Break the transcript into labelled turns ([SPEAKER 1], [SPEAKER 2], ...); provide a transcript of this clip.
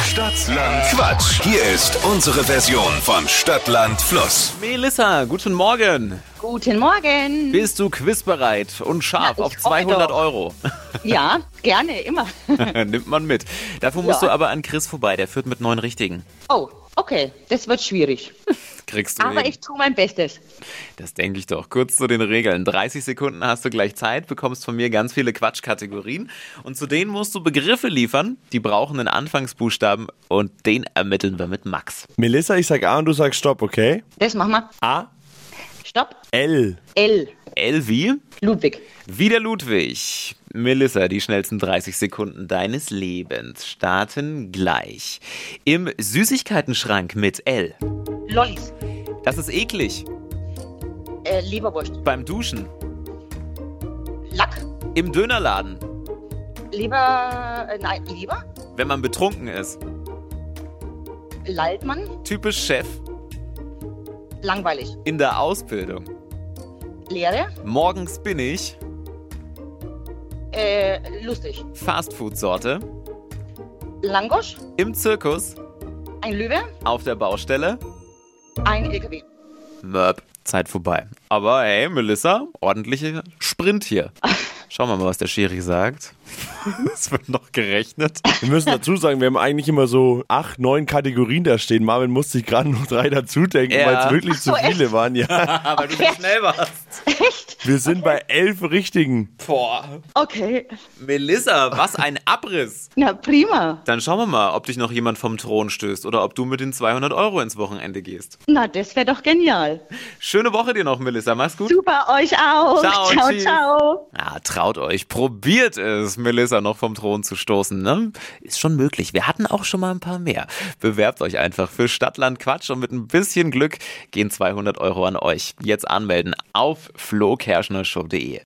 [SPEAKER 1] Stadtland Quatsch. Hier ist unsere Version von Stadtland Fluss.
[SPEAKER 2] Melissa, guten Morgen.
[SPEAKER 3] Guten Morgen.
[SPEAKER 2] Bist du quizbereit und scharf
[SPEAKER 3] Na, ich
[SPEAKER 2] auf
[SPEAKER 3] hoffe
[SPEAKER 2] 200
[SPEAKER 3] doch.
[SPEAKER 2] Euro?
[SPEAKER 3] Ja, gerne, immer.
[SPEAKER 2] Nimmt man mit. Dafür musst
[SPEAKER 3] Ja.
[SPEAKER 2] du aber an Chris vorbei, der führt mit neun Richtigen.
[SPEAKER 3] Oh, okay, das wird schwierig.
[SPEAKER 2] Kriegst du
[SPEAKER 3] Aber
[SPEAKER 2] hin.
[SPEAKER 3] ich tue mein Bestes.
[SPEAKER 2] Das denke ich doch. Kurz zu den Regeln. 30 Sekunden hast du gleich Zeit, bekommst von mir ganz viele Quatschkategorien und zu denen musst du Begriffe liefern, die brauchen einen Anfangsbuchstaben und den ermitteln wir mit Max.
[SPEAKER 4] Melissa, ich sag A und du sagst Stopp, okay?
[SPEAKER 3] Das machen wir.
[SPEAKER 4] A,
[SPEAKER 3] Stopp.
[SPEAKER 4] L.
[SPEAKER 3] L.
[SPEAKER 2] Elvi,
[SPEAKER 3] Ludwig.
[SPEAKER 2] wieder Ludwig. Melissa, die schnellsten 30 Sekunden deines Lebens starten gleich. Im Süßigkeitenschrank mit L.
[SPEAKER 3] Lollis.
[SPEAKER 2] Das ist eklig.
[SPEAKER 3] Äh, Leberwurst.
[SPEAKER 2] Beim Duschen.
[SPEAKER 3] Lack.
[SPEAKER 2] Im Dönerladen.
[SPEAKER 3] Leber. Äh, nein, Leber.
[SPEAKER 2] Wenn man betrunken ist.
[SPEAKER 3] Laldmann.
[SPEAKER 2] Typisch Chef.
[SPEAKER 3] Langweilig.
[SPEAKER 2] In der Ausbildung.
[SPEAKER 3] Leere.
[SPEAKER 2] Morgens bin ich.
[SPEAKER 3] Äh, lustig.
[SPEAKER 2] Fastfood-Sorte.
[SPEAKER 3] Langosch.
[SPEAKER 2] Im Zirkus.
[SPEAKER 3] Ein Löwe.
[SPEAKER 2] Auf der Baustelle.
[SPEAKER 3] Ein LKW.
[SPEAKER 2] Mörb. Zeit vorbei. Aber hey, Melissa, ordentlicher Sprint hier. Schauen wir mal, was der Schiri sagt. Es wird noch gerechnet.
[SPEAKER 4] Wir müssen dazu sagen, wir haben eigentlich immer so acht, neun Kategorien da stehen. Marvin musste sich gerade noch drei dazu denken,
[SPEAKER 2] Ja.
[SPEAKER 4] weil es wirklich
[SPEAKER 3] so,
[SPEAKER 4] zu viele waren. Ja,
[SPEAKER 2] Aber du so schnell warst.
[SPEAKER 3] Echt?
[SPEAKER 4] wir sind bei elf Richtigen.
[SPEAKER 2] Boah.
[SPEAKER 3] Okay.
[SPEAKER 2] Melissa, was ein Abriss.
[SPEAKER 3] Na, prima.
[SPEAKER 2] Dann schauen wir mal, ob dich noch jemand vom Thron stößt oder ob du mit den 200 Euro ins Wochenende gehst.
[SPEAKER 3] Na, das wäre doch genial.
[SPEAKER 2] Schöne Woche dir noch, Melissa. Mach's gut.
[SPEAKER 3] Super, euch auch.
[SPEAKER 2] Ciao,
[SPEAKER 3] ciao.
[SPEAKER 2] tschüss.
[SPEAKER 3] ciao.
[SPEAKER 2] Ah, traut euch, probiert es, Melissa noch vom Thron zu stoßen. Ne? Ist schon möglich. Wir hatten auch schon mal ein paar mehr. Bewerbt euch einfach für Stadtland Quatsch und mit ein bisschen Glück gehen 200 Euro an euch. Jetzt anmelden auf flokerschnershow.de.